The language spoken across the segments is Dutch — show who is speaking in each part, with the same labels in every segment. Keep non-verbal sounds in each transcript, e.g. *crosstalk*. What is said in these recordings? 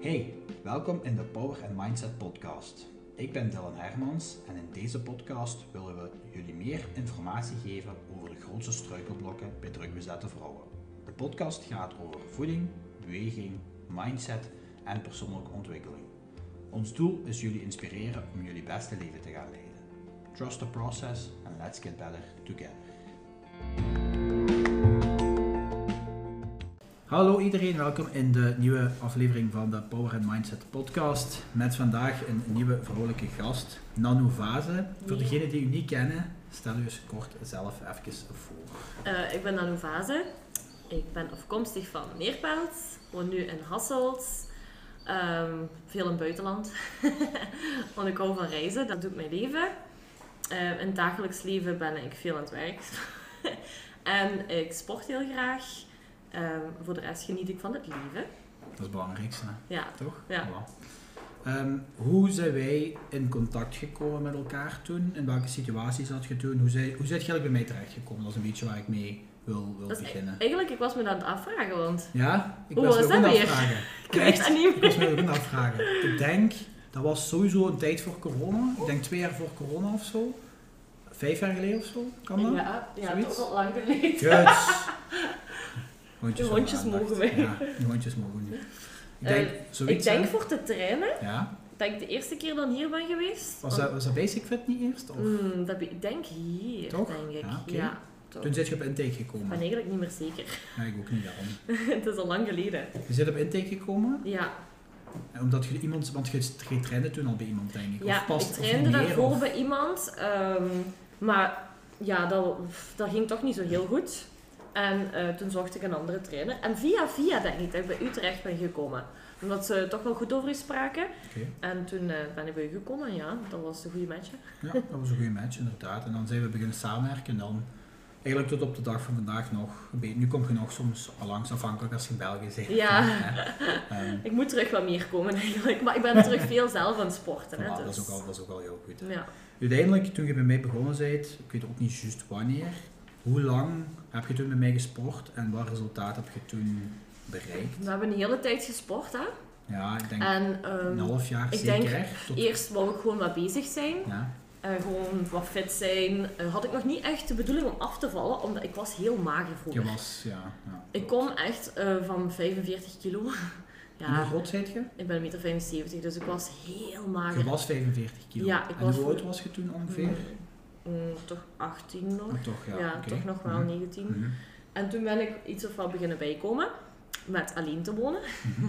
Speaker 1: Hey, welkom in de Power and Mindset podcast. Ik ben Dylan Hermans en in deze podcast willen we jullie meer informatie geven over de grootste struikelblokken bij drukbezette vrouwen. De podcast gaat over voeding, beweging, mindset en persoonlijke ontwikkeling. Ons doel is jullie inspireren om jullie beste leven te gaan leiden. Trust the process and let's get better together. Hallo iedereen, welkom in de nieuwe aflevering van de Power and Mindset podcast. Met vandaag een nieuwe vrouwelijke gast, Nanu Vaze. Voor degenen die u niet kennen, stel u eens kort zelf even voor.
Speaker 2: Eh, ik ben Nanu Vaze. Ik ben afkomstig van Neerpelt. Woon nu in Hasselt. Ehm, veel in het buitenland. *laughs* Want ik hou van reizen. Dat doet mijn leven. Ehm, in het dagelijks leven ben ik veel aan het werk. *laughs* en ik sport heel graag. Ehm, voor de rest geniet ik van het leven.
Speaker 1: Dat is het belangrijkste, hè?
Speaker 2: Ja.
Speaker 1: toch?
Speaker 2: Ja.
Speaker 1: Voilà. Ehm, hoe zijn wij in contact gekomen met elkaar toen? In welke situatie zat je toen? Hoe zijn hoe zijt je eigenlijk bij mij terechtgekomen? Dat is een beetje waar ik mee wil, wil
Speaker 2: Dat is e-
Speaker 1: beginnen.
Speaker 2: Eigenlijk, ik was me dat aan het afvragen,
Speaker 1: *laughs*
Speaker 2: want
Speaker 1: Ja? Ik
Speaker 2: Hoe
Speaker 1: was
Speaker 2: was
Speaker 1: me ook
Speaker 2: dat
Speaker 1: aan het
Speaker 2: weer? *laughs*
Speaker 1: afvragen.
Speaker 2: ik weet dat niet
Speaker 1: Ik
Speaker 2: meer.
Speaker 1: was me ook aan het afvragen. Ik denk, dat was sowieso een tijd voor corona. Ik denk twee jaar voor corona of zo. Vijf jaar geleden of zo, kan dat?
Speaker 2: Ja, ja
Speaker 1: Zoiets?
Speaker 2: toch wel lang geleden. *laughs*
Speaker 1: Guts. Hondjes
Speaker 2: De hondjes
Speaker 1: van de aandacht.
Speaker 2: mogen wij.
Speaker 1: Ja, de hondjes mogen niet. Ik denk,
Speaker 2: Ik
Speaker 1: zoiets,
Speaker 2: denk
Speaker 1: hè?
Speaker 2: voor te trainen,
Speaker 1: Ja.
Speaker 2: dat ik de eerste keer dan hier ben geweest.
Speaker 1: Was dat, was dat Basic Fit niet eerst? Of?
Speaker 2: Mm, dat be- ik denk hier,
Speaker 1: Toch?
Speaker 2: denk ik.
Speaker 1: Ja,
Speaker 2: Ja,
Speaker 1: oké.
Speaker 2: toch.
Speaker 1: Toen
Speaker 2: Ik
Speaker 1: zit je op intake
Speaker 2: ben
Speaker 1: gekomen.
Speaker 2: eigenlijk niet meer zeker. *laughs*
Speaker 1: Nee, ik ook niet daarom.
Speaker 2: het is al lang geleden.
Speaker 1: Je zit op intake gekomen,
Speaker 2: Ja,
Speaker 1: en omdat je iemand, want je, je trainde toen al bij iemand, denk ik.
Speaker 2: ja
Speaker 1: of past,
Speaker 2: ik
Speaker 1: of
Speaker 2: trainde
Speaker 1: niet meer,
Speaker 2: daarvoor
Speaker 1: of-
Speaker 2: bij iemand. ehm, maar ja, dat, dat ging toch niet zo heel goed. En eh, toen zocht ik een andere trainer. En via via denk ik dat ik bij u terecht ben gekomen. Omdat ze toch wel goed over u spraken.
Speaker 1: Oké.
Speaker 2: En toen eh, ben ik bij u gekomen. Ja, dat was een goede match. hè.
Speaker 1: Ja, dat was een goede match, inderdaad. En dan zijn we beginnen samenwerken en dan eigenlijk tot op de dag van vandaag nog. een beetje- Nu kom je nog soms al langs afhankelijk als je in België bent.
Speaker 2: Ja. *laughs*
Speaker 1: Hè. Ehm,
Speaker 2: Ik moet terug wat meer komen eigenlijk. Maar ik ben terug veel zelf aan het sporten. Hè,
Speaker 1: voilà, dat,
Speaker 2: dus.
Speaker 1: is ook al, dat is ook al heel goed.
Speaker 2: Ja.
Speaker 1: Uiteindelijk, toen je bij mij begonnen bent, ik weet ook niet juist wanneer, hoe lang heb je toen bij mij gesport en wat resultaat heb je toen bereikt?
Speaker 2: We hebben een hele tijd gesport, hè.
Speaker 1: Ja, ik denk
Speaker 2: En ehm,
Speaker 1: een half jaar
Speaker 2: ik
Speaker 1: zeker.
Speaker 2: denk
Speaker 1: tot,
Speaker 2: eerst wou ik gewoon wat bezig zijn.
Speaker 1: ja,
Speaker 2: en gewoon wat fit zijn. Eh, had ik nog niet echt de bedoeling om af te vallen, omdat ik was heel mager
Speaker 1: je
Speaker 2: vroeger.
Speaker 1: was, ja. ja.
Speaker 2: Ik kom echt eh, van 45 kilo. *laughs*
Speaker 1: En Hoe
Speaker 2: ja,
Speaker 1: groot zijt je?
Speaker 2: ik ben 1,75 meter, 75, dus ik was heel
Speaker 1: Je
Speaker 2: mager.
Speaker 1: was 45 kilo.
Speaker 2: Ja, ik
Speaker 1: en
Speaker 2: was-
Speaker 1: hoe oud was je toen ongeveer?
Speaker 2: Mm, toch 18 nog.
Speaker 1: Ah, toch, ja.
Speaker 2: Ja,
Speaker 1: oké.
Speaker 2: toch nog wel
Speaker 1: Mhm.
Speaker 2: 19.
Speaker 1: Mhm.
Speaker 2: En toen ben ik iets of wat beginnen bijkomen met alleen te wonen.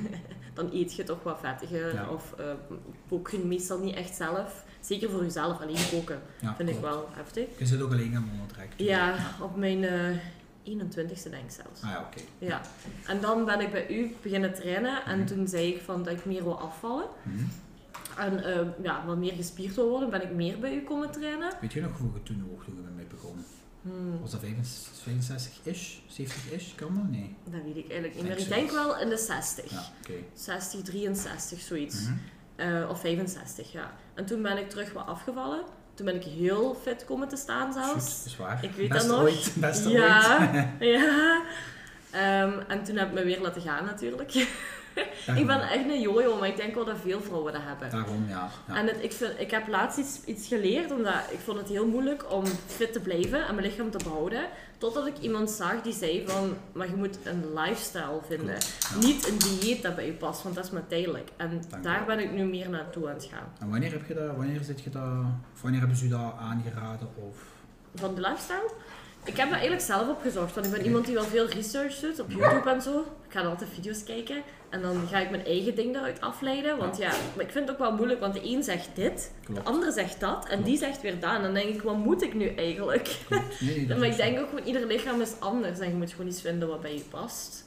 Speaker 2: *laughs* Dan eet je toch wat vettiger
Speaker 1: Mhm. Ja.
Speaker 2: of eh, kook je meestal niet echt zelf. Zeker voor jezelf alleen koken
Speaker 1: Ja,
Speaker 2: vind ik
Speaker 1: klopt.
Speaker 2: wel heftig.
Speaker 1: Je zit ook alleen gaan monotrekken.
Speaker 2: Ja, op mijn eh, 21ste denk ik zelfs.
Speaker 1: Ah ja, oké.
Speaker 2: Ja. En dan ben ik bij u beginnen trainen en
Speaker 1: Mhm.
Speaker 2: toen zei ik van dat ik meer wil afvallen.
Speaker 1: Mhm.
Speaker 2: En eh, ja, wat meer gespierd wil worden, ben ik meer bij u komen trainen.
Speaker 1: Weet je nog hoe je toen hoog toen je met mij begon?
Speaker 2: Hmm,
Speaker 1: Was dat 65-ish? 70-ish? Kan dat? Nee.
Speaker 2: dat weet ik eigenlijk niet meer. Ik
Speaker 1: Exact.
Speaker 2: denk wel in de 60.
Speaker 1: Ja, oké.
Speaker 2: 60, 63, zoiets.
Speaker 1: Mhm.
Speaker 2: Eh, of 65, ja. En toen ben ik terug wat afgevallen. Toen ben ik heel fit komen te staan zelfs.
Speaker 1: Shoot, dat is waar.
Speaker 2: Ik weet
Speaker 1: Best
Speaker 2: dat nog.
Speaker 1: ooit. Best
Speaker 2: Ja.
Speaker 1: ooit.
Speaker 2: *laughs*
Speaker 1: *laughs*
Speaker 2: Ja. Ehm, en toen heb ik me weer laten gaan natuurlijk.
Speaker 1: Daarom.
Speaker 2: Ik ben echt een jojo, maar ik denk wel dat veel vrouwen dat hebben.
Speaker 1: Daarom, ja. ja.
Speaker 2: En het, ik, vind, ik heb laatst iets, iets geleerd, omdat ik vond het heel moeilijk om fit te blijven en mijn lichaam te behouden. Totdat ik iemand zag die zei van, maar je moet een lifestyle vinden. Niet een dieet dat bij je past, want dat is maar tijdelijk. En
Speaker 1: Dank
Speaker 2: daar
Speaker 1: je.
Speaker 2: ben ik nu meer naartoe aan het gaan.
Speaker 1: En wanneer heb je dat, wanneer zit je dat, of wanneer hebben ze je dat aangeraden of...
Speaker 2: van de lifestyle. Ik heb dat eigenlijk zelf opgezocht, want ik ben iemand die wel veel research doet op YouTube en zo. Ik ga dan altijd video's kijken en dan ga ik mijn eigen ding daaruit afleiden. Want ja, maar ik vind het ook wel moeilijk, want de een zegt dit, de
Speaker 1: Klopt.
Speaker 2: andere zegt dat en die zegt weer dat. En dan denk ik, wat moet ik nu eigenlijk?
Speaker 1: Klopt. Nee, nee, dat
Speaker 2: Maar
Speaker 1: is
Speaker 2: ik denk ook gewoon, ieder lichaam is anders en je moet gewoon iets vinden wat bij je past.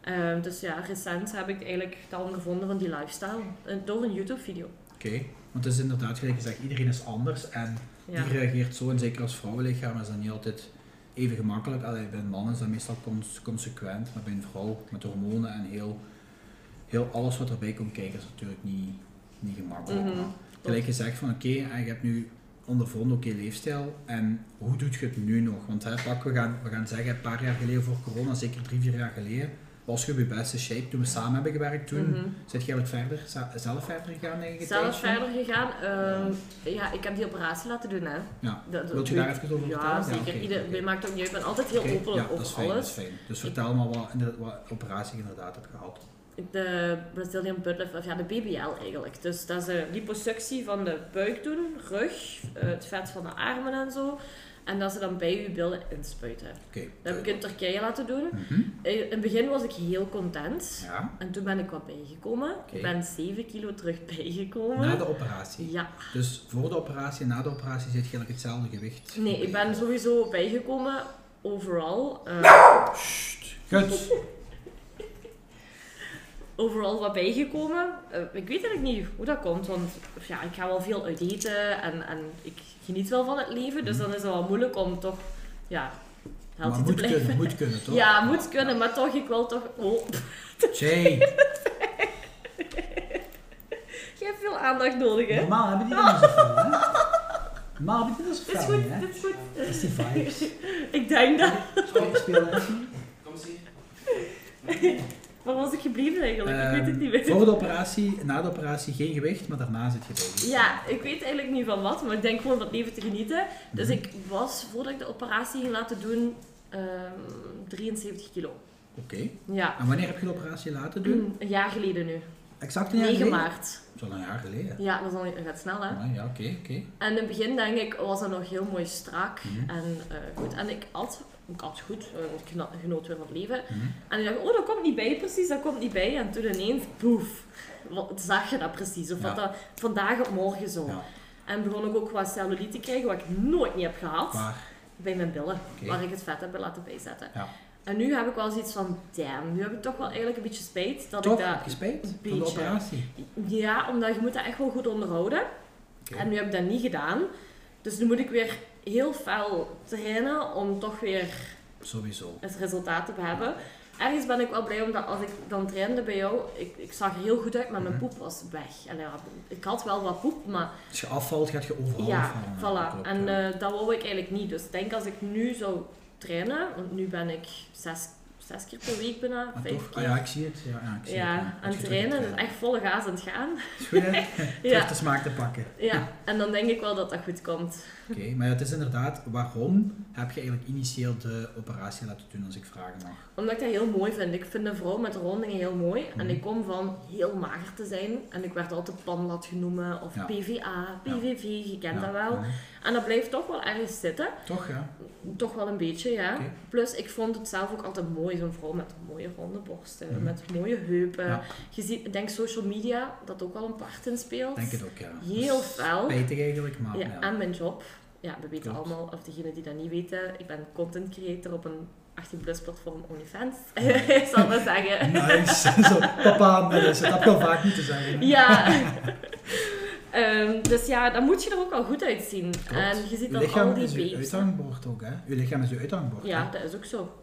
Speaker 2: Ehm, dus ja, recent heb ik eigenlijk dan gevonden van die lifestyle eh, door een YouTube-video.
Speaker 1: Oké, want het is inderdaad gelijk gezegd, iedereen is anders en
Speaker 2: Ja.
Speaker 1: die reageert zo, en zeker als vrouwenlichaam is dat niet altijd even gemakkelijk. Allee, bij een man is dat meestal cons- consequent, maar bij een vrouw met hormonen en heel, heel alles wat erbij komt kijken is natuurlijk niet, niet gemakkelijk.
Speaker 2: Mhm,
Speaker 1: Maar gelijk gezegd van oké, en je hebt nu ondervonden, oké, leefstijl en hoe doet je het nu nog? Want hè, pak, we, gaan, we gaan zeggen, een paar jaar geleden voor corona, zeker drie, vier jaar geleden, was je op je beste shape toen we samen hebben gewerkt? Toen
Speaker 2: Mhm.
Speaker 1: zit je eigenlijk verder, za- zelf verder gegaan in je
Speaker 2: Zelf
Speaker 1: tijdje?
Speaker 2: verder gegaan. ehm, ja, ik heb die operatie laten doen. Hè.
Speaker 1: Ja.
Speaker 2: Dat- dat-
Speaker 1: Wilt je daar even over vertellen?
Speaker 2: Ja, zeker.
Speaker 1: oké,
Speaker 2: Ieder,
Speaker 1: oké.
Speaker 2: Mij maakt het ook niet uit. Ik ben altijd heel
Speaker 1: Oké,
Speaker 2: open
Speaker 1: ja,
Speaker 2: over
Speaker 1: dat is fijn,
Speaker 2: alles.
Speaker 1: Dat is fijn. Dus vertel maar wat, inderdaad- wat operatie je inderdaad hebt gehad.
Speaker 2: de Brazilian Butt Lift, of ja, de BBL eigenlijk. Dus dat is een liposuctie van de buik doen, rug, eh, het vet van de armen en zo. En dat ze dan bij je billen inspuiten.
Speaker 1: Oké.
Speaker 2: Dat heb ik in Turkije laten doen.
Speaker 1: Mhm.
Speaker 2: Eh, In het begin was ik heel content.
Speaker 1: Ja,
Speaker 2: En toen ben ik wat bijgekomen.
Speaker 1: Oké.
Speaker 2: Ik ben 7 kilo terug bijgekomen.
Speaker 1: na de operatie.
Speaker 2: Ja,
Speaker 1: Dus voor de operatie en na de operatie zit je eigenlijk hetzelfde gewicht.
Speaker 2: nee, ik ben sowieso bijgekomen overal. eh,
Speaker 1: Sst, Goed.
Speaker 2: overal wat bijgekomen. Eh, ik weet eigenlijk niet hoe dat komt, want ja, ik ga wel veel uit eten en, en ik geniet wel van het leven. Dus dan is het wel moeilijk om toch ja,
Speaker 1: Mhm. Maar
Speaker 2: healthy te
Speaker 1: moet
Speaker 2: blijven.
Speaker 1: kunnen, moet kunnen toch?
Speaker 2: ja, moet kunnen, maar toch, ik wil toch... Oh, *laughs*
Speaker 1: Jay,
Speaker 2: je hebt veel aandacht nodig, hè?
Speaker 1: normaal hebben die dan zoveel, hè? Normaal hebben die dan
Speaker 2: Dit is
Speaker 1: zoveel,
Speaker 2: goed,
Speaker 1: hè?
Speaker 2: dit is goed.
Speaker 1: Dat is die vibes.
Speaker 2: Ik denk dat...
Speaker 1: Speel- Speel dat niet?
Speaker 3: Kom zie.
Speaker 2: Waar was ik gebleven eigenlijk? ik weet het niet
Speaker 1: Ehm,
Speaker 2: meer.
Speaker 1: Voor de operatie, na de operatie geen gewicht, maar daarna zit je bij.
Speaker 2: Ja, ik weet eigenlijk niet van wat, maar ik denk gewoon van het leven te genieten. Dus
Speaker 1: Mhm.
Speaker 2: ik was, voordat ik de operatie ging laten doen, ehm, 73 kilo.
Speaker 1: Oké.
Speaker 2: Ja.
Speaker 1: En wanneer heb je de operatie laten doen?
Speaker 2: Een jaar geleden nu.
Speaker 1: Exact een jaar
Speaker 2: 9
Speaker 1: geleden?
Speaker 2: maart.
Speaker 1: Zo'n een jaar geleden.
Speaker 2: Ja, dat, is al, dat gaat snel hè.
Speaker 1: Ah, Ja, oké, oké.
Speaker 2: En in het begin denk ik was dat nog heel mooi strak.
Speaker 1: Mhm.
Speaker 2: En eh, goed, en ik at, ik at goed, eh, ik gena- genoot weer van het leven.
Speaker 1: Mhm.
Speaker 2: En ik dacht, oh dat komt niet bij precies, dat komt niet bij. En toen ineens, poef, wat, zag je dat precies. Of
Speaker 1: Ja.
Speaker 2: wat dat vandaag op morgen zo.
Speaker 1: Ja.
Speaker 2: En begon ik ook wat cellulite te krijgen, wat ik nooit niet heb gehad.
Speaker 1: Maar,
Speaker 2: Bij mijn billen,
Speaker 1: Oké.
Speaker 2: waar ik het vet heb laten bijzetten.
Speaker 1: Ja.
Speaker 2: En nu heb ik wel zoiets van, damn, nu heb ik toch wel eigenlijk een beetje spijt dat
Speaker 1: toch,
Speaker 2: ik dat
Speaker 1: heb je spijt van de
Speaker 2: beetje.
Speaker 1: operatie?
Speaker 2: Ja, omdat je moet dat echt wel goed onderhouden.
Speaker 1: Oké.
Speaker 2: En nu heb ik dat niet gedaan. Dus nu moet ik weer heel fel trainen om toch weer
Speaker 1: Sowieso.
Speaker 2: het resultaat te hebben. Ergens ben ik wel blij omdat als ik dan trainde bij jou, ik, ik zag er heel goed uit, maar mijn
Speaker 1: Mhm.
Speaker 2: poep was weg. En ja, ik had wel wat poep, maar
Speaker 1: Als je afvalt, gaat je overal
Speaker 2: ja,
Speaker 1: afvallen.
Speaker 2: voilà.
Speaker 1: Klopt,
Speaker 2: en
Speaker 1: ja.
Speaker 2: eh, dat wou ik eigenlijk niet. Dus ik denk als ik nu zou trainen, want nu ben ik zes, zes keer per week bijna,
Speaker 1: maar
Speaker 2: vijf
Speaker 1: toch, ah,
Speaker 2: eh, keer.
Speaker 1: ja, ik zie het. Ja, ja, ik zie het,
Speaker 2: ja,
Speaker 1: Als
Speaker 2: aan
Speaker 1: je terug
Speaker 2: trainen,
Speaker 1: gaat
Speaker 2: dus echt volle gaas aan het gaan.
Speaker 1: Is
Speaker 2: *laughs*
Speaker 1: goed, hè? Terug
Speaker 2: Ja,
Speaker 1: de smaak te pakken.
Speaker 2: ja, en dan denk ik wel dat dat goed komt.
Speaker 1: Oké, maar het is inderdaad, waarom heb je eigenlijk initieel de operatie laten doen, als ik vragen mag?
Speaker 2: Omdat ik dat heel mooi vind. Ik vind een vrouw met rondingen heel mooi. En
Speaker 1: Mhm.
Speaker 2: ik kom van heel mager te zijn. En ik werd altijd panlat genoemd. Of
Speaker 1: Ja.
Speaker 2: PVA,
Speaker 1: Ja.
Speaker 2: PVV, je
Speaker 1: Ja,
Speaker 2: kent dat wel.
Speaker 1: ja.
Speaker 2: En dat blijft toch wel ergens zitten.
Speaker 1: Toch, ja.
Speaker 2: Toch wel een beetje, ja.
Speaker 1: Oké.
Speaker 2: Plus, ik vond het zelf ook altijd mooi. Zo'n vrouw met mooie ronde borsten.
Speaker 1: Mhm.
Speaker 2: Met mooie heupen.
Speaker 1: Ja.
Speaker 2: Je ziet, ik denk social media, dat ook wel een part in speelt.
Speaker 1: Denk het ook, ja.
Speaker 2: Heel fel.
Speaker 1: Spijtig eigenlijk, maar
Speaker 2: Ja,
Speaker 1: Ah, ja.
Speaker 2: en mijn job. Ja, we weten
Speaker 1: Klopt.
Speaker 2: allemaal, of degenen die dat niet weten, ik ben content creator op een 18-plus platform OnlyFans. *laughs* zal maar
Speaker 1: *laughs*
Speaker 2: zeggen.
Speaker 1: Nice. Zo, papa, Melissa, dat heb je al vaak moeten
Speaker 2: *laughs*
Speaker 1: zeggen. hè?
Speaker 2: Ja. Ehm, dus ja, dan moet je er ook wel goed uitzien.
Speaker 1: Klopt.
Speaker 2: En je ziet
Speaker 1: Uw
Speaker 2: dan al
Speaker 1: lichaam
Speaker 2: die
Speaker 1: is uw
Speaker 2: babes.
Speaker 1: uithangbord ook, hè? Uw lichaam is uw uithangbord.
Speaker 2: Ja,
Speaker 1: hè?
Speaker 2: dat is ook zo.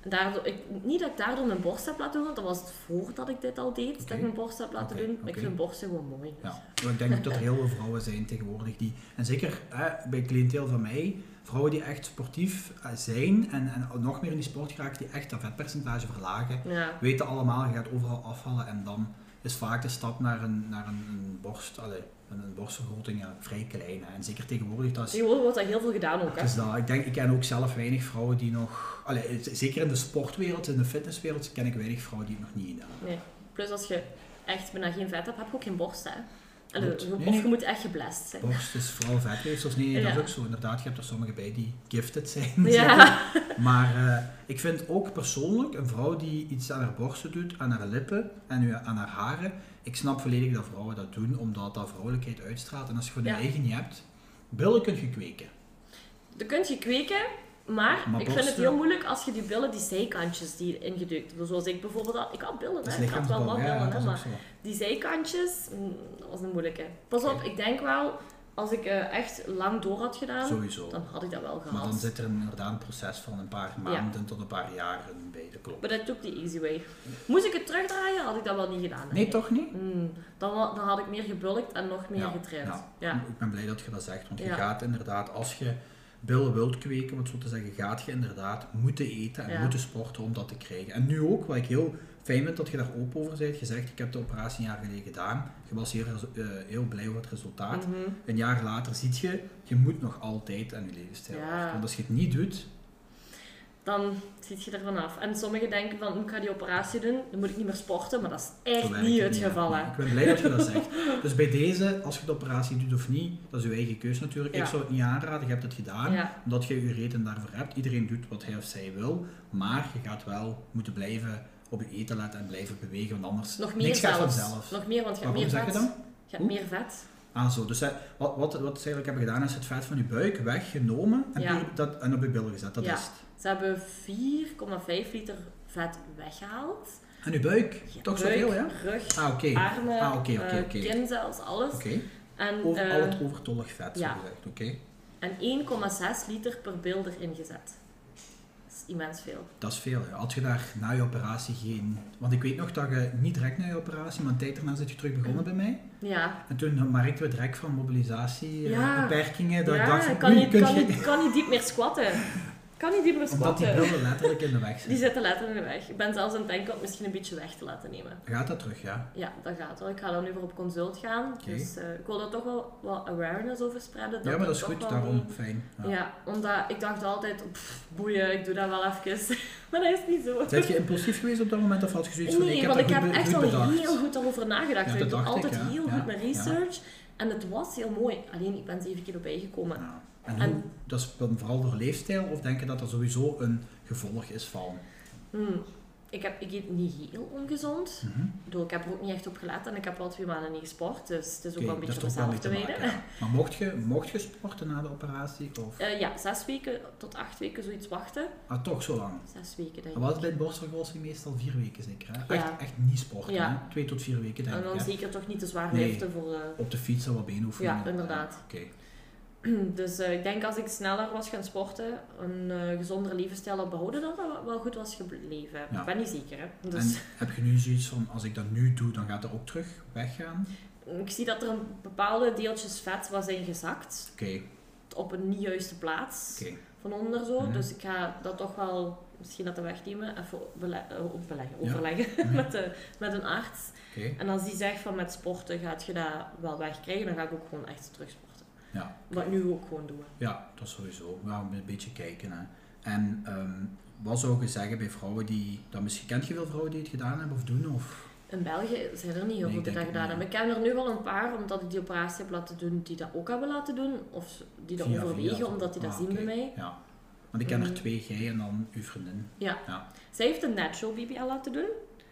Speaker 2: En Daardoor, ik, niet dat ik daardoor mijn borst heb laten doen, want dat was het voordat ik dit al deed,
Speaker 1: Oké.
Speaker 2: dat ik mijn borst heb laten
Speaker 1: Oké,
Speaker 2: doen. Maar ik
Speaker 1: oké.
Speaker 2: vind borsten gewoon mooi. dus.
Speaker 1: Ja, maar ik denk ook dat er heel veel vrouwen zijn tegenwoordig die, en zeker hè, bij cliënteel van mij, vrouwen die echt sportief eh, zijn en, en nog meer in die sport geraken, die echt dat vetpercentage verlagen,
Speaker 2: Ja.
Speaker 1: weten allemaal, je gaat overal afvallen en dan is vaak de stap naar een, naar een, een borst, allee, een, een borstvergroting ja, vrij klein. hè. En zeker tegenwoordig, dat is,
Speaker 2: Tegenwoordig wordt dat heel veel gedaan ook. Hè.
Speaker 1: dat is dat. Ik denk, ik ken ook zelf weinig vrouwen die nog, allee, z- zeker in de sportwereld, in de fitnesswereld, ken ik weinig vrouwen die het nog niet gedaan hebben.
Speaker 2: Plus als je echt bijna geen vet hebt, heb je ook geen borst. Hè. Allee,
Speaker 1: Klopt.
Speaker 2: je-
Speaker 1: Nee,
Speaker 2: Of
Speaker 1: nee.
Speaker 2: je moet echt geblest
Speaker 1: *laughs*
Speaker 2: zijn.
Speaker 1: Borst is vooral vetweefsels. Nee, dat is
Speaker 2: Ja.
Speaker 1: ook zo. Inderdaad, je hebt er sommigen bij die gifted zijn.
Speaker 2: *laughs* Ja.
Speaker 1: Maar eh, ik vind ook persoonlijk een vrouw die iets aan haar borsten doet, aan haar lippen en nu aan haar haren. Ik snap volledig dat vrouwen dat doen, omdat dat vrouwelijkheid uitstraalt. En als je gewoon
Speaker 2: Ja.
Speaker 1: je eigen niet hebt, billen kun je kweken.
Speaker 2: Dan kun je kweken, maar,
Speaker 1: Maar
Speaker 2: ik vind het
Speaker 1: borsten-
Speaker 2: heel moeilijk als je die billen, die zijkantjes die ingedeukt hebben. Zoals ik bijvoorbeeld al, ik had billen,
Speaker 1: Dat is
Speaker 2: hè. ik had wel
Speaker 1: lichaamsbouw.
Speaker 2: wat
Speaker 1: Ja,
Speaker 2: billen,
Speaker 1: dat
Speaker 2: hè,
Speaker 1: is ook
Speaker 2: maar
Speaker 1: zo.
Speaker 2: die zijkantjes, mm, dat was een moeilijke. Pas op,
Speaker 1: Oké.
Speaker 2: ik denk wel, als ik eh, echt lang door had gedaan,
Speaker 1: Sowieso.
Speaker 2: dan had ik dat wel
Speaker 1: Maar
Speaker 2: gehad.
Speaker 1: dan zit er inderdaad een proces van een paar maanden tot een paar jaren bij. Dat klopt.
Speaker 2: Maar dat took the easy way. Moest ik het terugdraaien, had ik dat wel niet gedaan.
Speaker 1: Nee,
Speaker 2: eigenlijk.
Speaker 1: toch niet?
Speaker 2: Mm, dan, wa- dan had ik meer gebulkt en nog meer
Speaker 1: Ja,
Speaker 2: getraind.
Speaker 1: ja.
Speaker 2: Ja.
Speaker 1: Ik ben blij dat je dat zegt, want je
Speaker 2: Ja.
Speaker 1: gaat inderdaad, als je billen wilt kweken, om het zo te zeggen, gaat je inderdaad moeten eten en
Speaker 2: Ja.
Speaker 1: moeten sporten om dat te krijgen. En nu ook, wat ik heel fijn vind dat je daar open over bent. Je zegt, ik heb de operatie een jaar geleden gedaan. Je was heel, resu- eh, heel blij over het resultaat.
Speaker 2: Mhm.
Speaker 1: Een jaar later ziet je, je moet nog altijd aan je levensstijl
Speaker 2: Ja.
Speaker 1: werken. Want als je het niet doet,
Speaker 2: Dan zit je er vanaf. En sommigen denken van, ik ga die operatie doen, dan moet ik niet meer sporten. Maar dat is
Speaker 1: zo
Speaker 2: echt
Speaker 1: werkt
Speaker 2: niet
Speaker 1: het
Speaker 2: het
Speaker 1: hè.
Speaker 2: geval. hè.
Speaker 1: Nee, Ik ben blij dat je dat zegt. Dus bij deze, als je de operatie doet of niet, dat is je eigen keuze natuurlijk.
Speaker 2: Ja.
Speaker 1: Ik zou het niet aanraden, je hebt het gedaan.
Speaker 2: Ja,
Speaker 1: Omdat je je reden daarvoor hebt. Iedereen doet wat hij of zij wil. Maar je gaat wel moeten blijven op je eten letten en blijven bewegen. Want anders
Speaker 2: nog meer
Speaker 1: niks gaat
Speaker 2: zelfs.
Speaker 1: vanzelf.
Speaker 2: Nog meer, want je hebt
Speaker 1: Waarom
Speaker 2: meer
Speaker 1: zeg je
Speaker 2: vet.
Speaker 1: dan?
Speaker 2: Je hebt
Speaker 1: Hoe?
Speaker 2: meer vet.
Speaker 1: Ah zo, dus hè, wat, wat, wat ze eigenlijk hebben gedaan is het vet van je buik weggenomen en,
Speaker 2: Ja.
Speaker 1: puur dat, en op je billen gezet. Dat
Speaker 2: Ja.
Speaker 1: is het.
Speaker 2: Ze hebben 4,5 liter vet weggehaald.
Speaker 1: En je buik,
Speaker 2: Je
Speaker 1: toch
Speaker 2: buik,
Speaker 1: zoveel ja?
Speaker 2: rug,
Speaker 1: Ah oké,
Speaker 2: armen,
Speaker 1: Ah, oké, oké,
Speaker 2: eh,
Speaker 1: oké.
Speaker 2: kin zelfs, alles.
Speaker 1: oké.
Speaker 2: En,
Speaker 1: Over
Speaker 2: eh,
Speaker 1: al het overtollig vet,
Speaker 2: ja.
Speaker 1: zo gezegd. Oké.
Speaker 2: en 1,6 liter per bil erin gezet. Dat is immens veel.
Speaker 1: Dat is veel. hè. Had je daar na je operatie geen... Want ik weet nog dat je niet direct na je operatie, maar een tijd daarna zit je terug begonnen bij
Speaker 2: Mhm.
Speaker 1: mij.
Speaker 2: Ja,
Speaker 1: En toen merkten we direct van
Speaker 2: Ja.
Speaker 1: mobilisatiebeperkingen. dat ik
Speaker 2: ja
Speaker 1: dacht
Speaker 2: ik
Speaker 1: van,
Speaker 2: kan,
Speaker 1: oei,
Speaker 2: niet,
Speaker 1: kun
Speaker 2: kan,
Speaker 1: je-
Speaker 2: niet, kan niet diep meer squatten. Ik Kan niet diep meer
Speaker 1: *laughs* Omdat die
Speaker 2: squatten.
Speaker 1: billen letterlijk in de weg
Speaker 2: Die
Speaker 1: zijn.
Speaker 2: zitten letterlijk in de weg. Ik ben zelfs aan het denken om het misschien een beetje weg te laten nemen.
Speaker 1: Gaat dat terug, ja?
Speaker 2: Ja, dat gaat wel. Ik ga dan nu weer op consult gaan.
Speaker 1: Oké.
Speaker 2: Dus eh, ik wil daar toch wel wat awareness over spreiden.
Speaker 1: ja, maar
Speaker 2: er
Speaker 1: dat is
Speaker 2: toch
Speaker 1: goed,
Speaker 2: wel
Speaker 1: daarom
Speaker 2: niet-
Speaker 1: fijn. Ja.
Speaker 2: Ja. omdat ik dacht altijd, pff, boeien, ik doe dat wel even. *laughs* maar dat is niet zo.
Speaker 1: Zet je impulsief geweest op dat moment of had je zoiets van,
Speaker 2: Nee,
Speaker 1: ik heb
Speaker 2: want
Speaker 1: dat
Speaker 2: ik
Speaker 1: goed,
Speaker 2: heb
Speaker 1: be-
Speaker 2: echt
Speaker 1: goed
Speaker 2: al
Speaker 1: bedacht?
Speaker 2: heel goed daarover nagedacht.
Speaker 1: Ja,
Speaker 2: ik
Speaker 1: dat
Speaker 2: doe
Speaker 1: dacht ik,
Speaker 2: altijd
Speaker 1: ja.
Speaker 2: heel
Speaker 1: Ja,
Speaker 2: goed mijn
Speaker 1: ja.
Speaker 2: research. En het was heel mooi, alleen ik ben 7 kilo bijgekomen.
Speaker 1: Ja. En,
Speaker 2: En-
Speaker 1: hoe, dat is dan vooral door leefstijl of denk je dat er sowieso een gevolg is van?
Speaker 2: Hmm. Ik, heb, ik eet niet heel ongezond.
Speaker 1: Mhm.
Speaker 2: Ik bedoel, Ik heb er ook niet echt op gelet en ik heb al twee maanden niet gesport. Dus het is ook
Speaker 1: Oké,
Speaker 2: wel een
Speaker 1: dat is
Speaker 2: beetje om
Speaker 1: toch wel
Speaker 2: mezelf
Speaker 1: mee
Speaker 2: te
Speaker 1: te maken.
Speaker 2: weten.
Speaker 1: ja. Maar mocht je, mocht je sporten na de operatie? Of?
Speaker 2: Eh, ja, zes weken tot acht weken zoiets wachten.
Speaker 1: Ah, toch zo lang?
Speaker 2: Zes weken
Speaker 1: Dat
Speaker 2: denk ik.
Speaker 1: was bij borstvergrossing meestal vier weken zeker. Hè?
Speaker 2: Ja.
Speaker 1: Echt, echt niet sporten.
Speaker 2: Ja.
Speaker 1: Hè? Twee tot vier weken denk
Speaker 2: En
Speaker 1: ik.
Speaker 2: dan
Speaker 1: hè?
Speaker 2: zeker toch niet te zwaar
Speaker 1: Nee.
Speaker 2: liften voor... eh, *clears throat*
Speaker 1: Op de fiets en wat beenoefeningen.
Speaker 2: Ja, inderdaad.
Speaker 1: Oké.
Speaker 2: Dus eh, ik denk als ik sneller was gaan sporten, een eh, gezondere levensstijl had behouden, dat dat wel goed was gebleven.
Speaker 1: Ja.
Speaker 2: Ik ben niet zeker, hè.
Speaker 1: En
Speaker 2: Dus
Speaker 1: heb je nu zoiets van, als ik dat nu doe, dan gaat dat ook terug weggaan?
Speaker 2: *laughs* ik zie dat er een bepaalde deeltjes vet was ingezakt.
Speaker 1: Oké,
Speaker 2: Op een niet juiste plaats
Speaker 1: oké.
Speaker 2: van onder zo.
Speaker 1: Mhm.
Speaker 2: Dus ik ga dat toch wel misschien dat wegnemen. Even bele- eh, op beleggen,
Speaker 1: *laughs* Ja.
Speaker 2: overleggen
Speaker 1: Mhm.
Speaker 2: met, de, met een arts.
Speaker 1: Oké.
Speaker 2: En als die zegt van met sporten gaat je dat wel wegkrijgen, dan ga ik ook gewoon echt terug sporten.
Speaker 1: Ja.
Speaker 2: Wat ik nu ook gewoon doe.
Speaker 1: Ja, dat sowieso. We gaan een beetje kijken. Hè. En ehm, wat zou je zeggen bij vrouwen die... Dat misschien, kent je veel vrouwen die het gedaan hebben of doen? Of,
Speaker 2: In België zijn er niet heel
Speaker 1: Nee,
Speaker 2: veel
Speaker 1: ik denk
Speaker 2: die dat
Speaker 1: het
Speaker 2: gedaan
Speaker 1: niet.
Speaker 2: hebben. Ik ken er nu wel een paar, omdat ik die operatie heb laten doen, die dat ook hebben laten doen. Of die dat
Speaker 1: Via, via,
Speaker 2: overwegen,
Speaker 1: zo.
Speaker 2: omdat die dat
Speaker 1: Ah,
Speaker 2: zien
Speaker 1: oké.
Speaker 2: bij mij.
Speaker 1: ja. Want ik ken er
Speaker 2: Mhm.
Speaker 1: twee, jij en dan uw vriendin.
Speaker 2: Zij heeft een natural BBL laten doen.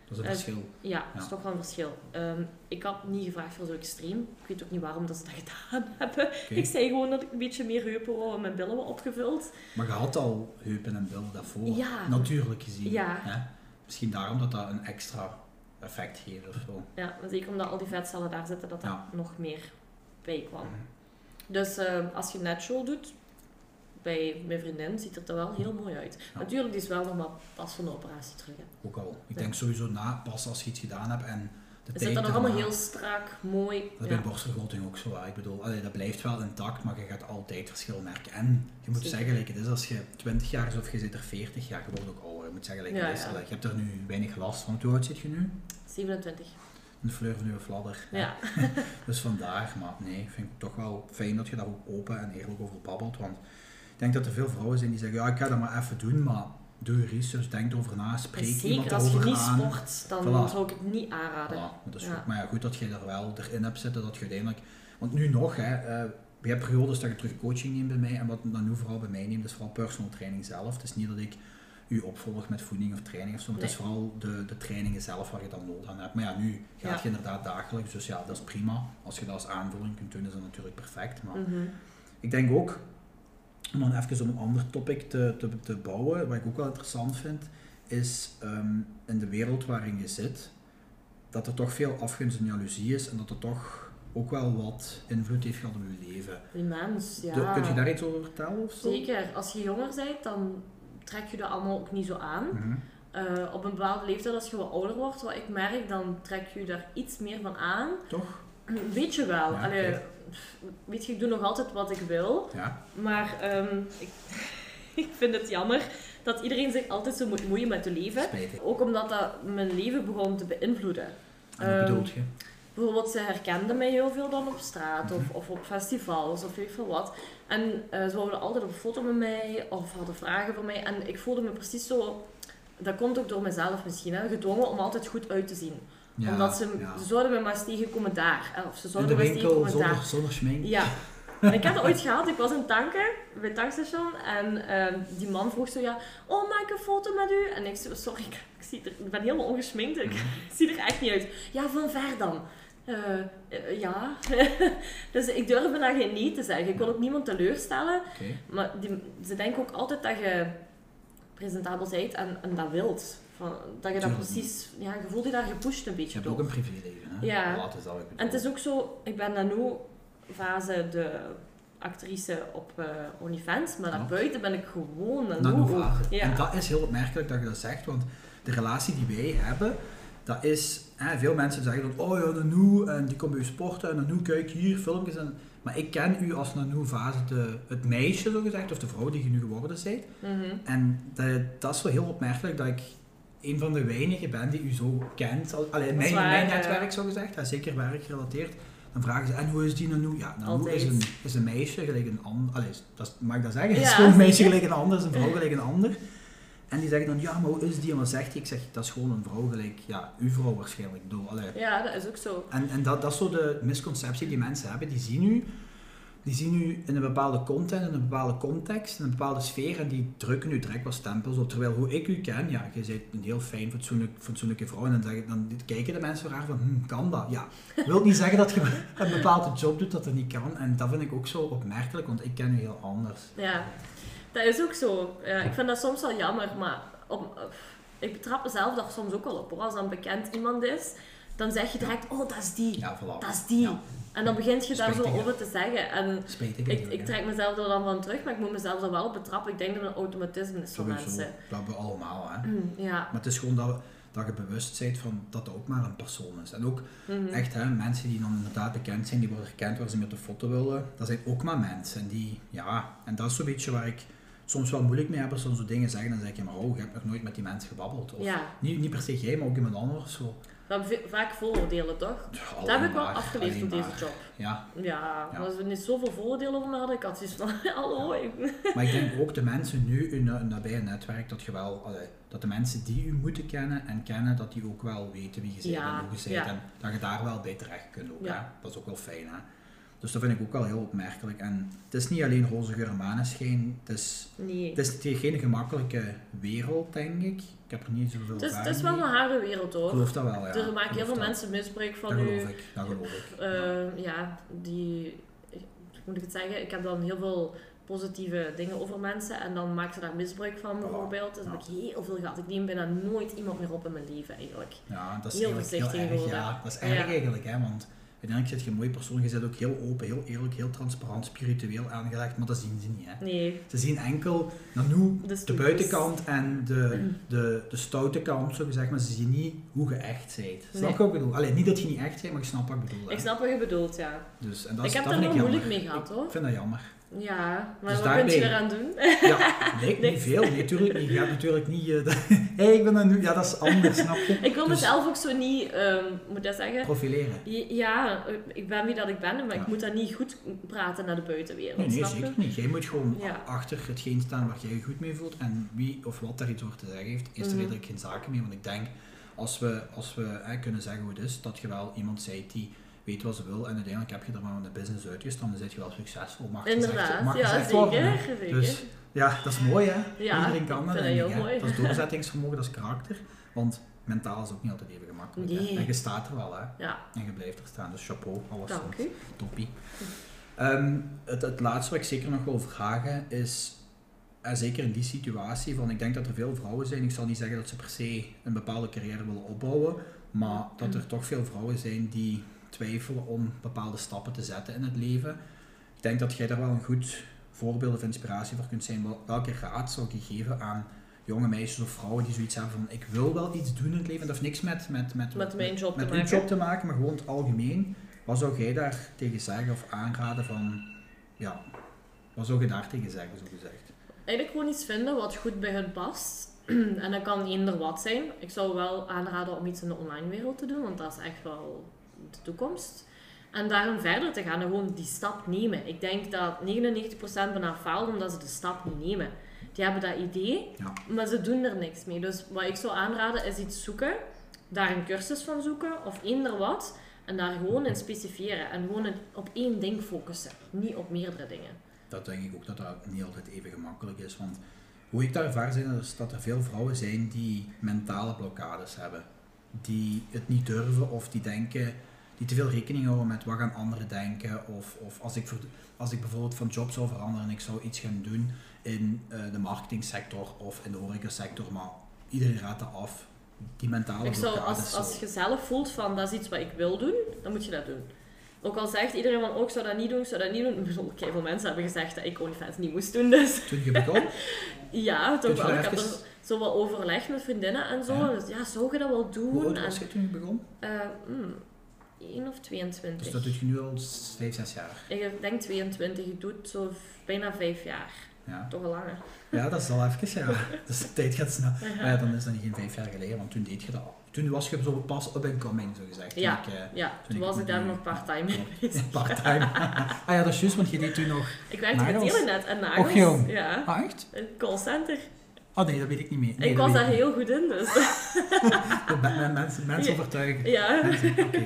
Speaker 1: Dat is een
Speaker 2: Eh,
Speaker 1: verschil.
Speaker 2: Ja, dat
Speaker 1: Ja.
Speaker 2: is toch wel een verschil. Ehm, ik had niet gevraagd voor zo extreem. Ik weet ook niet waarom dat *laughs* ze dat gedaan hebben.
Speaker 1: Oké.
Speaker 2: Ik zei gewoon dat ik een beetje meer heupen wou en mijn billen wat opgevuld.
Speaker 1: Maar je had al heupen en billen daarvoor.
Speaker 2: Ja.
Speaker 1: Natuurlijk gezien.
Speaker 2: Ja.
Speaker 1: Hè? Misschien daarom dat dat een extra effect geeft of zo.
Speaker 2: Ja, maar zeker omdat al die vetcellen daar zitten, dat dat
Speaker 1: Ja. Mhm.
Speaker 2: nog meer bij kwam. Dus eh, als je natural doet, bij mijn vriendin ziet het er wel heel mooi uit.
Speaker 1: Ja.
Speaker 2: Natuurlijk, die is wel nog maar pas van de operatie terug. hè.
Speaker 1: Ook al. Ik
Speaker 2: Ja.
Speaker 1: denk sowieso na, pas als je iets gedaan hebt en de
Speaker 2: Het
Speaker 1: tijd
Speaker 2: zit dan nog allemaal
Speaker 1: daarna-
Speaker 2: heel strak, mooi.
Speaker 1: Dat is
Speaker 2: ja.
Speaker 1: bij borstvergroting ook zo. hè. Ik bedoel, allee, dat blijft wel intact, maar je gaat altijd verschil merken. En je moet
Speaker 2: Zeker.
Speaker 1: zeggen, like, het is als je 20 jaar is of je zit er 40 jaar, je wordt ook ouder. Je moet zeggen, like,
Speaker 2: Ja,
Speaker 1: het is,
Speaker 2: ja.
Speaker 1: allee, je hebt er nu weinig last van. Hoe oud zit je nu?
Speaker 2: 27.
Speaker 1: Een fleur van uw fladder. hè.
Speaker 2: Ja.
Speaker 1: Dus vandaar, maar nee, vind ik toch wel fijn dat je daar ook open en eerlijk over babbelt. Want ik denk dat er veel vrouwen zijn die zeggen, ja, ik ga dat maar even doen, maar doe je research, denk erover na, spreek iemand
Speaker 2: Zeker als je
Speaker 1: daarover
Speaker 2: niet
Speaker 1: aan.
Speaker 2: sport, dan
Speaker 1: Voilà.
Speaker 2: zou ik het niet aanraden.
Speaker 1: Ja, dat is
Speaker 2: Ja.
Speaker 1: goed. Maar ja, goed dat je er wel erin hebt zitten, dat je uiteindelijk... Want nu nog, hè, eh, je hebt periodes dat je terug coaching neemt bij mij. En wat ik dan nu vooral bij mij neemt, is vooral personal training zelf. Het is niet dat ik u opvolg met voeding of training of zo. Maar Het is vooral de, de trainingen zelf waar je dan nood aan hebt. Maar ja, nu gaat
Speaker 2: Ja.
Speaker 1: je inderdaad dagelijks. Dus ja, dat is prima. Als je dat als aanvulling kunt doen, is dat natuurlijk perfect. Maar
Speaker 2: Mhm.
Speaker 1: ik denk ook, om dan even op een ander topic te, te, te bouwen, wat ik ook wel interessant vind, is ehm, in de wereld waarin je zit, dat er toch veel afgunst en jaloezie is en dat er toch ook wel wat invloed heeft gehad op je leven.
Speaker 2: Immens, ja.
Speaker 1: De- kun je daar iets over vertellen of zo?
Speaker 2: Zeker. Als je jonger bent, dan trek je dat allemaal ook niet zo aan.
Speaker 1: Mhm.
Speaker 2: Eh, op een bepaalde leeftijd, als je wat ouder wordt, wat ik merk, dan trek je daar iets meer van aan. *clears throat*
Speaker 1: Toch?
Speaker 2: Weet je wel.
Speaker 1: Ja,
Speaker 2: Allee,
Speaker 1: kijk.
Speaker 2: pff, weet je, ik doe nog altijd wat ik wil.
Speaker 1: Ja,
Speaker 2: Maar ehm, *laughs* ik, ik vind het jammer dat iedereen zich altijd zo moet moeien met het leven.
Speaker 1: spijtig.
Speaker 2: Ook omdat dat mijn leven begon te beïnvloeden.
Speaker 1: En wat
Speaker 2: Ehm,
Speaker 1: bedoelt je?
Speaker 2: Bijvoorbeeld, ze herkenden mij heel veel dan op straat of,
Speaker 1: Mhm.
Speaker 2: of op festivals of weet ik veel wat. En eh, ze wilden altijd op foto met mij of hadden vragen voor mij. En ik voelde me precies zo, dat komt ook door mezelf misschien, hè, gedwongen om altijd goed uit te zien.
Speaker 1: Ja,
Speaker 2: omdat ze,
Speaker 1: ja.
Speaker 2: ze zouden me maar eens tegenkomen daar. hè, Of ze
Speaker 1: In
Speaker 2: zouden
Speaker 1: de
Speaker 2: me eens
Speaker 1: winkel
Speaker 2: tegenkomen
Speaker 1: zonder,
Speaker 2: daar.
Speaker 1: zonder schmink.
Speaker 2: Ja. En ik had het ooit gehad, ik was in tanken bij het tankstation en ehm, die man vroeg zo ja, oh maak een foto met u. En ik zo, sorry, ik, ik zie er, ik ben helemaal ongesminkt,
Speaker 1: Mhm.
Speaker 2: ik zie er echt niet uit. Ja, van ver dan. Eh, eh, ja, *laughs* dus ik durfde daar geen nee te zeggen. Ik wil ook niemand teleurstellen,
Speaker 1: Oké.
Speaker 2: maar die, ze denken ook altijd dat je presentabel bent en, en dat wilt. Van, dat je dat
Speaker 1: Tuurlijk.
Speaker 2: precies, ja, je voelt je daar gepusht een
Speaker 1: Je
Speaker 2: beetje
Speaker 1: hebt
Speaker 2: door.
Speaker 1: ook een privéleven, hè?
Speaker 2: Ja.
Speaker 1: Laat is dat ook
Speaker 2: En het is ook zo, ik ben dan nu fase de actrice op eh OnlyFans, maar
Speaker 1: Ja.
Speaker 2: daarbuiten ben ik gewoon een
Speaker 1: Dan
Speaker 2: hoer.
Speaker 1: Nova.
Speaker 2: Ja.
Speaker 1: Nou, En dat is heel opmerkelijk dat je dat zegt, want de relatie die wij hebben, dat is, hè, veel mensen zeggen dan, oh ja, Nanoe, en die komt bij u sporten, en Nanoe, kijk hier, filmpjes. En, maar ik ken u als Nanoe Vaze, de- het meisje zo gezegd, of de vrouw die je nu geworden bent.
Speaker 2: Mhm.
Speaker 1: En dat, dat is wel heel opmerkelijk dat ik een van de weinigen ben die u zo kent. Al- Allee, in
Speaker 2: Dat is
Speaker 1: mijn,
Speaker 2: waar,
Speaker 1: mijn
Speaker 2: ja.
Speaker 1: netwerk zo gezegd, hè, zeker werkgerelateerd. Dan vragen ze, en hoe is die Nanoe? Ja, Nanoe
Speaker 2: Altijd.
Speaker 1: is een, is een meisje gelijk een ander. Allee, is- dat is- mag ik dat zeggen?
Speaker 2: Ja,
Speaker 1: is gewoon een meisje
Speaker 2: zeker.
Speaker 1: gelijk een ander, is een vrouw gelijk een ander. En die zeggen dan, ja, maar hoe is die? En wat zegt die? Ik zeg, dat is gewoon een vrouw gelijk, ja, uw vrouw waarschijnlijk. Ik bedoel, allee.
Speaker 2: ja, dat is ook zo.
Speaker 1: En, en dat, dat is zo de misconceptie die mensen hebben. Die zien u, die zien u in een bepaalde content, in een bepaalde context, in een bepaalde sfeer. En die drukken u direct wat stempels op. Terwijl hoe ik u ken, ja, je bent een heel fijn, fatsoenlijk, fatsoenlijke vrouw. En dan, zeg ik- dan kijken de mensen raar van, hm, kan dat?
Speaker 2: *laughs*
Speaker 1: Ja, wil niet zeggen dat je *laughs* een bepaalde job doet dat het niet kan. En dat vind ik ook zo opmerkelijk, want ik ken u heel anders.
Speaker 2: Ja, dat is ook zo. Ja, ik vind dat soms wel jammer, maar op, op- ik betrap mezelf daar soms ook wel op. Hoor. Als dan bekend iemand is, dan zeg je direct, oh dat is die,
Speaker 1: Ja, voilà.
Speaker 2: dat is die.
Speaker 1: Ja.
Speaker 2: En dan begint je daar zo
Speaker 1: Spijtig, hè?
Speaker 2: over te zeggen. En
Speaker 1: Spijtig.
Speaker 2: ik,
Speaker 1: eigenlijk,
Speaker 2: ik
Speaker 1: hè.
Speaker 2: trek mezelf er dan van terug, maar ik moet mezelf er wel op betrappen. Ik denk dat het een automatisme is voor
Speaker 1: Sowieso,
Speaker 2: mensen. Mm,
Speaker 1: dat hebben we allemaal, hè.
Speaker 2: Ja.
Speaker 1: Maar het is gewoon dat, we- dat je bewust bent van dat dat ook maar een persoon is. En ook
Speaker 2: Mhm.
Speaker 1: echt hè, mensen die dan inderdaad bekend zijn, die worden herkend waar ze met de foto willen, dat zijn ook maar mensen. En die, ja, en dat is zo'n beetje waar ik soms wel moeilijk mee heb als ze zo dingen zeggen. Dan zeg ik, ja, maar oh, je hebt nog nooit met die mensen gebabbeld. Of,
Speaker 2: Ja.
Speaker 1: niet, niet per se jij, maar ook iemand anders. Zo.
Speaker 2: We hebben ve- vaak vooroordelen, toch? Dat heb ik wel afgeleerd
Speaker 1: op
Speaker 2: op deze job.
Speaker 1: Ja,
Speaker 2: Ja,
Speaker 1: Ja.
Speaker 2: maar als we niet zoveel vooroordelen over me hadden, ik had zoiets van, *laughs* hallo. ik-
Speaker 1: maar ik denk ook de mensen nu in een nabije netwerk, dat je wel, allee, dat de mensen die u moeten kennen en kennen, dat die ook wel weten wie je bent
Speaker 2: Ja,
Speaker 1: en hoe je
Speaker 2: ja.
Speaker 1: bent. En dat je daar wel bij terecht kunt ook.
Speaker 2: Ja.
Speaker 1: Hè? Dat is ook wel fijn. Hè? Dus dat vind ik ook wel heel opmerkelijk. En het is niet alleen roze geur en maneschijn, het is
Speaker 2: Nee.
Speaker 1: Het is tegen geen gemakkelijke wereld, denk ik. Ik heb er niet zoveel
Speaker 2: Het is, Dus het
Speaker 1: ervaring
Speaker 2: is wel
Speaker 1: mee.
Speaker 2: een harde wereld,
Speaker 1: Ik
Speaker 2: hoor.
Speaker 1: geloof dat wel, ja.
Speaker 2: Er
Speaker 1: Ik
Speaker 2: maken heel
Speaker 1: geloof
Speaker 2: veel
Speaker 1: dat.
Speaker 2: mensen misbruik van
Speaker 1: Dat geloof
Speaker 2: u.
Speaker 1: ik, dat geloof ik. ja.
Speaker 2: Eh, ja, die... Hoe moet ik het zeggen? Ik heb dan heel veel positieve dingen over mensen en dan maken ze daar misbruik van, bijvoorbeeld. Dus
Speaker 1: Ja.
Speaker 2: heb ik heel veel gehad. Ik neem bijna nooit iemand meer op in mijn leven, eigenlijk.
Speaker 1: Ja, dat is
Speaker 2: heel
Speaker 1: eigenlijk heel
Speaker 2: voorzichtig
Speaker 1: erg,
Speaker 2: geworden.
Speaker 1: ja. Dat is erg
Speaker 2: Ja.
Speaker 1: eigenlijk, hè, want uiteindelijk zit je een mooie persoon. Je bent ook heel open, heel eerlijk, heel transparant, spiritueel aangelegd, maar dat zien ze niet, hè.
Speaker 2: Nee. dus
Speaker 1: Ze zien enkel Nanoe,
Speaker 2: De
Speaker 1: de,
Speaker 2: stoetjes.
Speaker 1: buitenkant en de, de, de stoute kant, zo gezegd, maar ze zien niet hoe je echt bent. Snap
Speaker 2: Nee.
Speaker 1: je wat ik bedoel? Allee, niet dat je niet echt bent, maar je snapt wat ik bedoel. hè.
Speaker 2: Ik snap wat je bedoelt, ja.
Speaker 1: Dus, en dat
Speaker 2: ik
Speaker 1: is,
Speaker 2: heb
Speaker 1: dat
Speaker 2: daar
Speaker 1: vind
Speaker 2: heel
Speaker 1: ik
Speaker 2: moeilijk mee
Speaker 1: jammer.
Speaker 2: gehad,
Speaker 1: Ik
Speaker 2: hoor.
Speaker 1: vind dat
Speaker 2: *laughs*
Speaker 1: jammer.
Speaker 2: Ja, maar
Speaker 1: Dus
Speaker 2: wat kun je
Speaker 1: daarmee-
Speaker 2: er aan doen? *laughs*
Speaker 1: Ja, nee, niet
Speaker 2: Niks.
Speaker 1: veel. Nee, natuurlijk niet. Je gaat natuurlijk niet... eh, *laughs* dat- Hé, ik ben dan nu... Ja, dat is anders, snap
Speaker 2: *laughs*
Speaker 1: je?
Speaker 2: Ik wil
Speaker 1: Dus
Speaker 2: mezelf ook zo niet, ehm, moet dat zeggen?
Speaker 1: Profileren.
Speaker 2: Ja, ik ben wie dat ik ben, maar
Speaker 1: Ja.
Speaker 2: ik moet dat niet goed praten naar de buitenwereld.
Speaker 1: Nee, nee,
Speaker 2: snap je?
Speaker 1: zeker niet. Jij moet gewoon
Speaker 2: Ja.
Speaker 1: achter hetgeen staan waar jij je goed mee voelt. En wie of wat daar iets over te zeggen heeft, is er
Speaker 2: Mhm.
Speaker 1: eigenlijk geen zaken mee. Want ik denk, als we, als we hè, kunnen zeggen hoe het is, dat je wel iemand bent die weet wat ze wil. En uiteindelijk heb je er maar met de business uitgestaan. Dan zit je wel succesvol. Mag gezegd-
Speaker 2: Inderdaad,
Speaker 1: mag
Speaker 2: ja,
Speaker 1: gezegd
Speaker 2: zeker.
Speaker 1: worden, hè.
Speaker 2: zeker.
Speaker 1: Dus ja, dat is mooi hè.
Speaker 2: Ja,
Speaker 1: Iedereen kan dat.
Speaker 2: ik
Speaker 1: denk
Speaker 2: vind dat
Speaker 1: ik,
Speaker 2: heel
Speaker 1: hè.
Speaker 2: mooi.
Speaker 1: Dat
Speaker 2: *laughs*
Speaker 1: is doorzettingsvermogen, dat is karakter. Want mentaal is ook niet altijd even gemakkelijk. hè.
Speaker 2: Nee.
Speaker 1: En je staat er wel hè.
Speaker 2: Ja,
Speaker 1: En je blijft er staan. Dus chapeau, alles
Speaker 2: dank u.
Speaker 1: toppie. Ehm, het, het laatste wat ik zeker nog wil vragen is, en zeker in die situatie, van ik denk dat er veel vrouwen zijn. Ik zal niet zeggen dat ze per se een bepaalde carrière willen opbouwen, maar dat er toch veel vrouwen zijn die twijfelen om bepaalde stappen te zetten in het leven. Ik denk dat jij daar wel een goed voorbeeld of inspiratie voor kunt zijn. Wel- Welke raad zou je geven aan jonge meisjes of vrouwen die zoiets hebben van ik wil wel iets doen in het leven. Dat heeft niks met, met, met,
Speaker 2: Met mijn job te
Speaker 1: met uw
Speaker 2: maken.
Speaker 1: job te maken, maar gewoon het algemeen. Wat zou jij daar tegen zeggen of aanraden van, ja, wat zou je daar tegen zeggen, zo gezegd?
Speaker 2: Eigenlijk gewoon iets vinden wat goed bij hun past. *clears throat* en dat kan eender wat zijn. Ik zou wel aanraden om iets in de online wereld te doen, want dat is echt wel de toekomst. En daarom verder te gaan en gewoon die stap nemen. Ik denk dat 99% bijna faalt omdat ze de stap niet nemen. Die hebben dat idee,
Speaker 1: Ja.
Speaker 2: maar ze doen er niks mee. Dus wat ik zou aanraden is iets zoeken, daar een cursus van zoeken of eender wat. En daar gewoon in specifieren en gewoon in- op één ding focussen, niet op meerdere dingen.
Speaker 1: Dat denk ik ook dat dat niet altijd even gemakkelijk is, want hoe ik daar ervaar zijn, is dat er veel vrouwen zijn die mentale blokkades hebben. Die het niet durven of die denken, die te veel rekening houden met wat gaan anderen denken. Of, of als, ik, verd- als ik bijvoorbeeld van job zou veranderen en ik zou iets gaan doen in eh, de marketingsector of in de horecasector, maar iedereen raadt dat af. Die mentale
Speaker 2: Ik zou,
Speaker 1: blokkades.
Speaker 2: als,
Speaker 1: zo.
Speaker 2: als je zelf voelt van dat is iets wat ik wil doen, dan moet je dat doen. Ook al zegt iedereen van, oh, ik zou dat niet doen, ik zou dat niet doen. Ik bedoel, veel mensen hebben gezegd dat ik OnlyFans niet moest doen, dus *laughs*
Speaker 1: Toen je begon,
Speaker 2: ja,
Speaker 1: Kun
Speaker 2: toch
Speaker 1: je
Speaker 2: wel. Ik
Speaker 1: daar
Speaker 2: heb er
Speaker 1: even-
Speaker 2: zo wel overleg met vriendinnen en zo.
Speaker 1: Ja.
Speaker 2: Dus ja, zou je dat wel
Speaker 1: hoe
Speaker 2: doen?
Speaker 1: oud
Speaker 2: En,
Speaker 1: was je toen je begon?
Speaker 2: eh, mm, 1 of 22.
Speaker 1: Dus dat doe je nu al 5, 6 jaar.
Speaker 2: Ik denk 22, ik doe het zo v- bijna 5 jaar.
Speaker 1: Ja.
Speaker 2: Toch al langer.
Speaker 1: Ja, dat is al even, ja. Dus de tijd gaat snel. Maar ja, dan is dat niet geen vijf jaar geleden, want toen deed je dat al. Toen was je zo pas up and coming, zo gezegd. Toen
Speaker 2: Ja.
Speaker 1: ik, eh,
Speaker 2: Ja,
Speaker 1: ik
Speaker 2: toen was ik
Speaker 1: met
Speaker 2: daar
Speaker 1: die-
Speaker 2: nog part-time *laughs* mee
Speaker 1: *laughs*
Speaker 2: bezig.
Speaker 1: part-time. ah ja, dat is juist, want je deed toen nog...
Speaker 2: Ik werkte met
Speaker 1: Nagels?
Speaker 2: telenet en nagels.
Speaker 1: Och, jong.
Speaker 2: Ja,
Speaker 1: Ah, echt?
Speaker 2: een callcenter.
Speaker 1: Oh nee, dat weet ik niet meer. Nee,
Speaker 2: ik
Speaker 1: dat
Speaker 2: was
Speaker 1: weet
Speaker 2: daar heel goed in, dus... *laughs*
Speaker 1: niet. Oh, Ben- ben- Mensen, mensen
Speaker 2: Ja.
Speaker 1: overtuigen.
Speaker 2: Ja,
Speaker 1: Mensen, Oké, oké,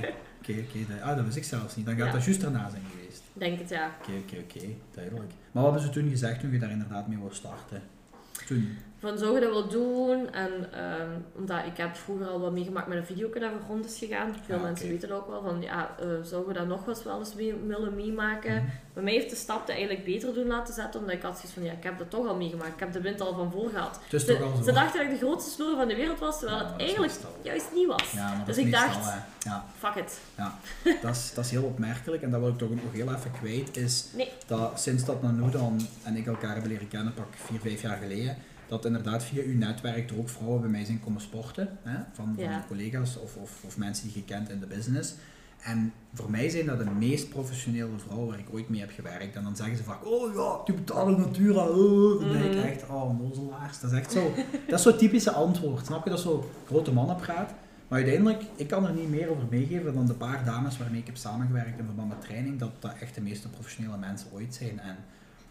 Speaker 1: oké. dat- Ah, dat wist ik zelfs niet. Dan gaat
Speaker 2: Ja.
Speaker 1: dat juist daarna zijn geweest.
Speaker 2: denk het ja.
Speaker 1: Oké, oké, oké. Duidelijk. Maar wat hebben ze toen gezegd toen je daar inderdaad mee wou starten? Toen?
Speaker 2: Van zou je dat wel doen? En ehm, omdat ik heb vroeger al wat meegemaakt met een video dat er rond is gegaan. Veel
Speaker 1: Ah, oké.
Speaker 2: mensen weten dat ook wel. Van ja, eh zouden we dat nog eens wel eens mee- willen meemaken?
Speaker 1: Mhm.
Speaker 2: Bij mij heeft de stap dat eigenlijk beter doen laten zetten. Omdat ik had zoiets van ja, ik heb dat toch al meegemaakt. Ik heb de wind al van voor gehad.
Speaker 1: Het is toch al
Speaker 2: Ze,
Speaker 1: zo.
Speaker 2: ze dachten dat ik de grootste sloer van de wereld was.
Speaker 1: Ja,
Speaker 2: Terwijl
Speaker 1: maar
Speaker 2: het
Speaker 1: dat is
Speaker 2: eigenlijk
Speaker 1: meestal-
Speaker 2: juist niet was.
Speaker 1: Ja, maar dat
Speaker 2: dus
Speaker 1: is
Speaker 2: ik
Speaker 1: meestal,
Speaker 2: dacht-
Speaker 1: hè. Ja.
Speaker 2: Fuck it. *laughs*
Speaker 1: Dat is, dat is heel opmerkelijk en dat wil ik toch ook nog heel even kwijt, is
Speaker 2: Nee.
Speaker 1: dat sinds dat Nanu dan en ik elkaar hebben leren kennen, pak vier, vijf jaar geleden, dat inderdaad via uw netwerk er ook vrouwen bij mij zijn komen sporten, hè, van,
Speaker 2: Ja.
Speaker 1: van collega's of, of, of mensen die je kent in de business. En voor mij zijn dat de meest professionele vrouwen waar ik ooit mee heb gewerkt. En dan zeggen ze vaak, oh ja, die betalen Natura. oh." Dan denk
Speaker 2: Mhm.
Speaker 1: ik echt, oh, nozelaars. Dat is echt zo, dat is zo'n typische antwoord. Snap je, dat is zo grote mannenpraat. Maar uiteindelijk, ik kan er niet meer over meegeven dan de paar dames waarmee ik heb samengewerkt in verband met training, dat dat echt de meeste professionele mensen ooit zijn. En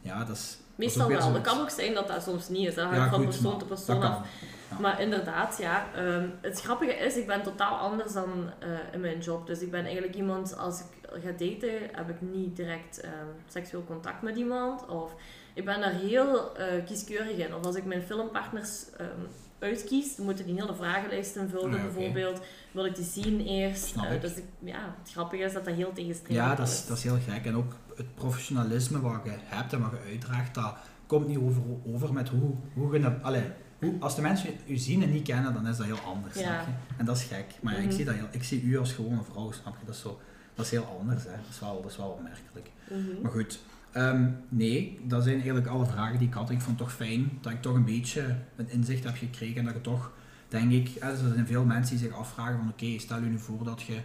Speaker 1: ja, dat is...
Speaker 2: Meestal
Speaker 1: ook weer
Speaker 2: wel.
Speaker 1: zo'n-
Speaker 2: Dat kan ook zijn dat dat soms niet is. Dat hangt
Speaker 1: ja,
Speaker 2: Ah, van
Speaker 1: goed,
Speaker 2: persoon
Speaker 1: maar
Speaker 2: te persoon
Speaker 1: dat
Speaker 2: af.
Speaker 1: kan. Ja.
Speaker 2: Maar inderdaad, ja. ehm, het grappige is, ik ben totaal anders dan eh, in mijn job. Dus ik ben eigenlijk iemand, als ik ga daten, heb ik niet direct ehm, seksueel contact met iemand. Of ik ben daar heel eh, kieskeurig in. Of als ik mijn filmpartners ehm, uitkies, dan moeten die heel de vragenlijst invullen
Speaker 1: Ah, Ja, oké.
Speaker 2: bijvoorbeeld. Wil ik die zien eerst?
Speaker 1: Snap
Speaker 2: Eh,
Speaker 1: ik.
Speaker 2: dus ik, ja, het grappige is dat dat heel tegenstrijdig
Speaker 1: Ja, dat is, dat is heel gek. En ook het professionalisme wat je hebt en wat je uitdraagt, dat komt niet over, over met hoe, hoe je... dat- Allee, hoe, als de mensen u zien en niet kennen, dan is dat heel anders,
Speaker 2: Ja.
Speaker 1: snap je? En dat is gek. Maar ja,
Speaker 2: Mhm.
Speaker 1: ik, zie dat heel, ik zie u als gewone vrouw, snap je? Dat is, zo, dat is heel anders, hè. Dat is wel, dat is wel opmerkelijk.
Speaker 2: Mhm.
Speaker 1: Maar goed, ehm, nee, dat zijn eigenlijk alle vragen die ik had. Ik vond het toch fijn dat ik toch een beetje een inzicht heb gekregen en dat ik toch, denk ik, hè, dus er zijn veel mensen die zich afvragen van oké, stel je nu voor dat je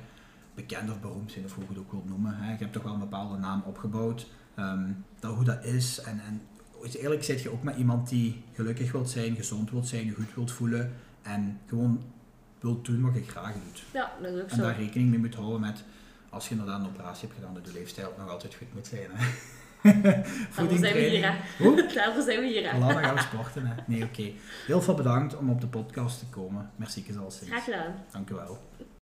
Speaker 1: bekend of beroemd bent of hoe je het ook wilt noemen. Hè. Je hebt toch wel een bepaalde naam opgebouwd, ehm, dat, hoe dat is en, en dus eerlijk zit je ook met iemand die gelukkig wilt zijn, gezond wilt zijn, je goed wilt voelen en gewoon wilt doen wat je graag doet.
Speaker 2: Ja, dat is ook
Speaker 1: En
Speaker 2: zo.
Speaker 1: daar rekening mee moet houden met, als je inderdaad een operatie hebt gedaan, dat je leefstijl nog altijd goed moet zijn. Hè?
Speaker 2: Daarvoor zijn we hier,
Speaker 1: training.
Speaker 2: hè.
Speaker 1: Hoe?
Speaker 2: *laughs* Daarvoor zijn we hier,
Speaker 1: Voilà,
Speaker 2: hè.
Speaker 1: dan gaan we sporten. Hè. Nee, oké. Heel veel bedankt om op de podcast te komen. Merci, Kazalsin.
Speaker 2: Graag gedaan.
Speaker 1: Dank u wel.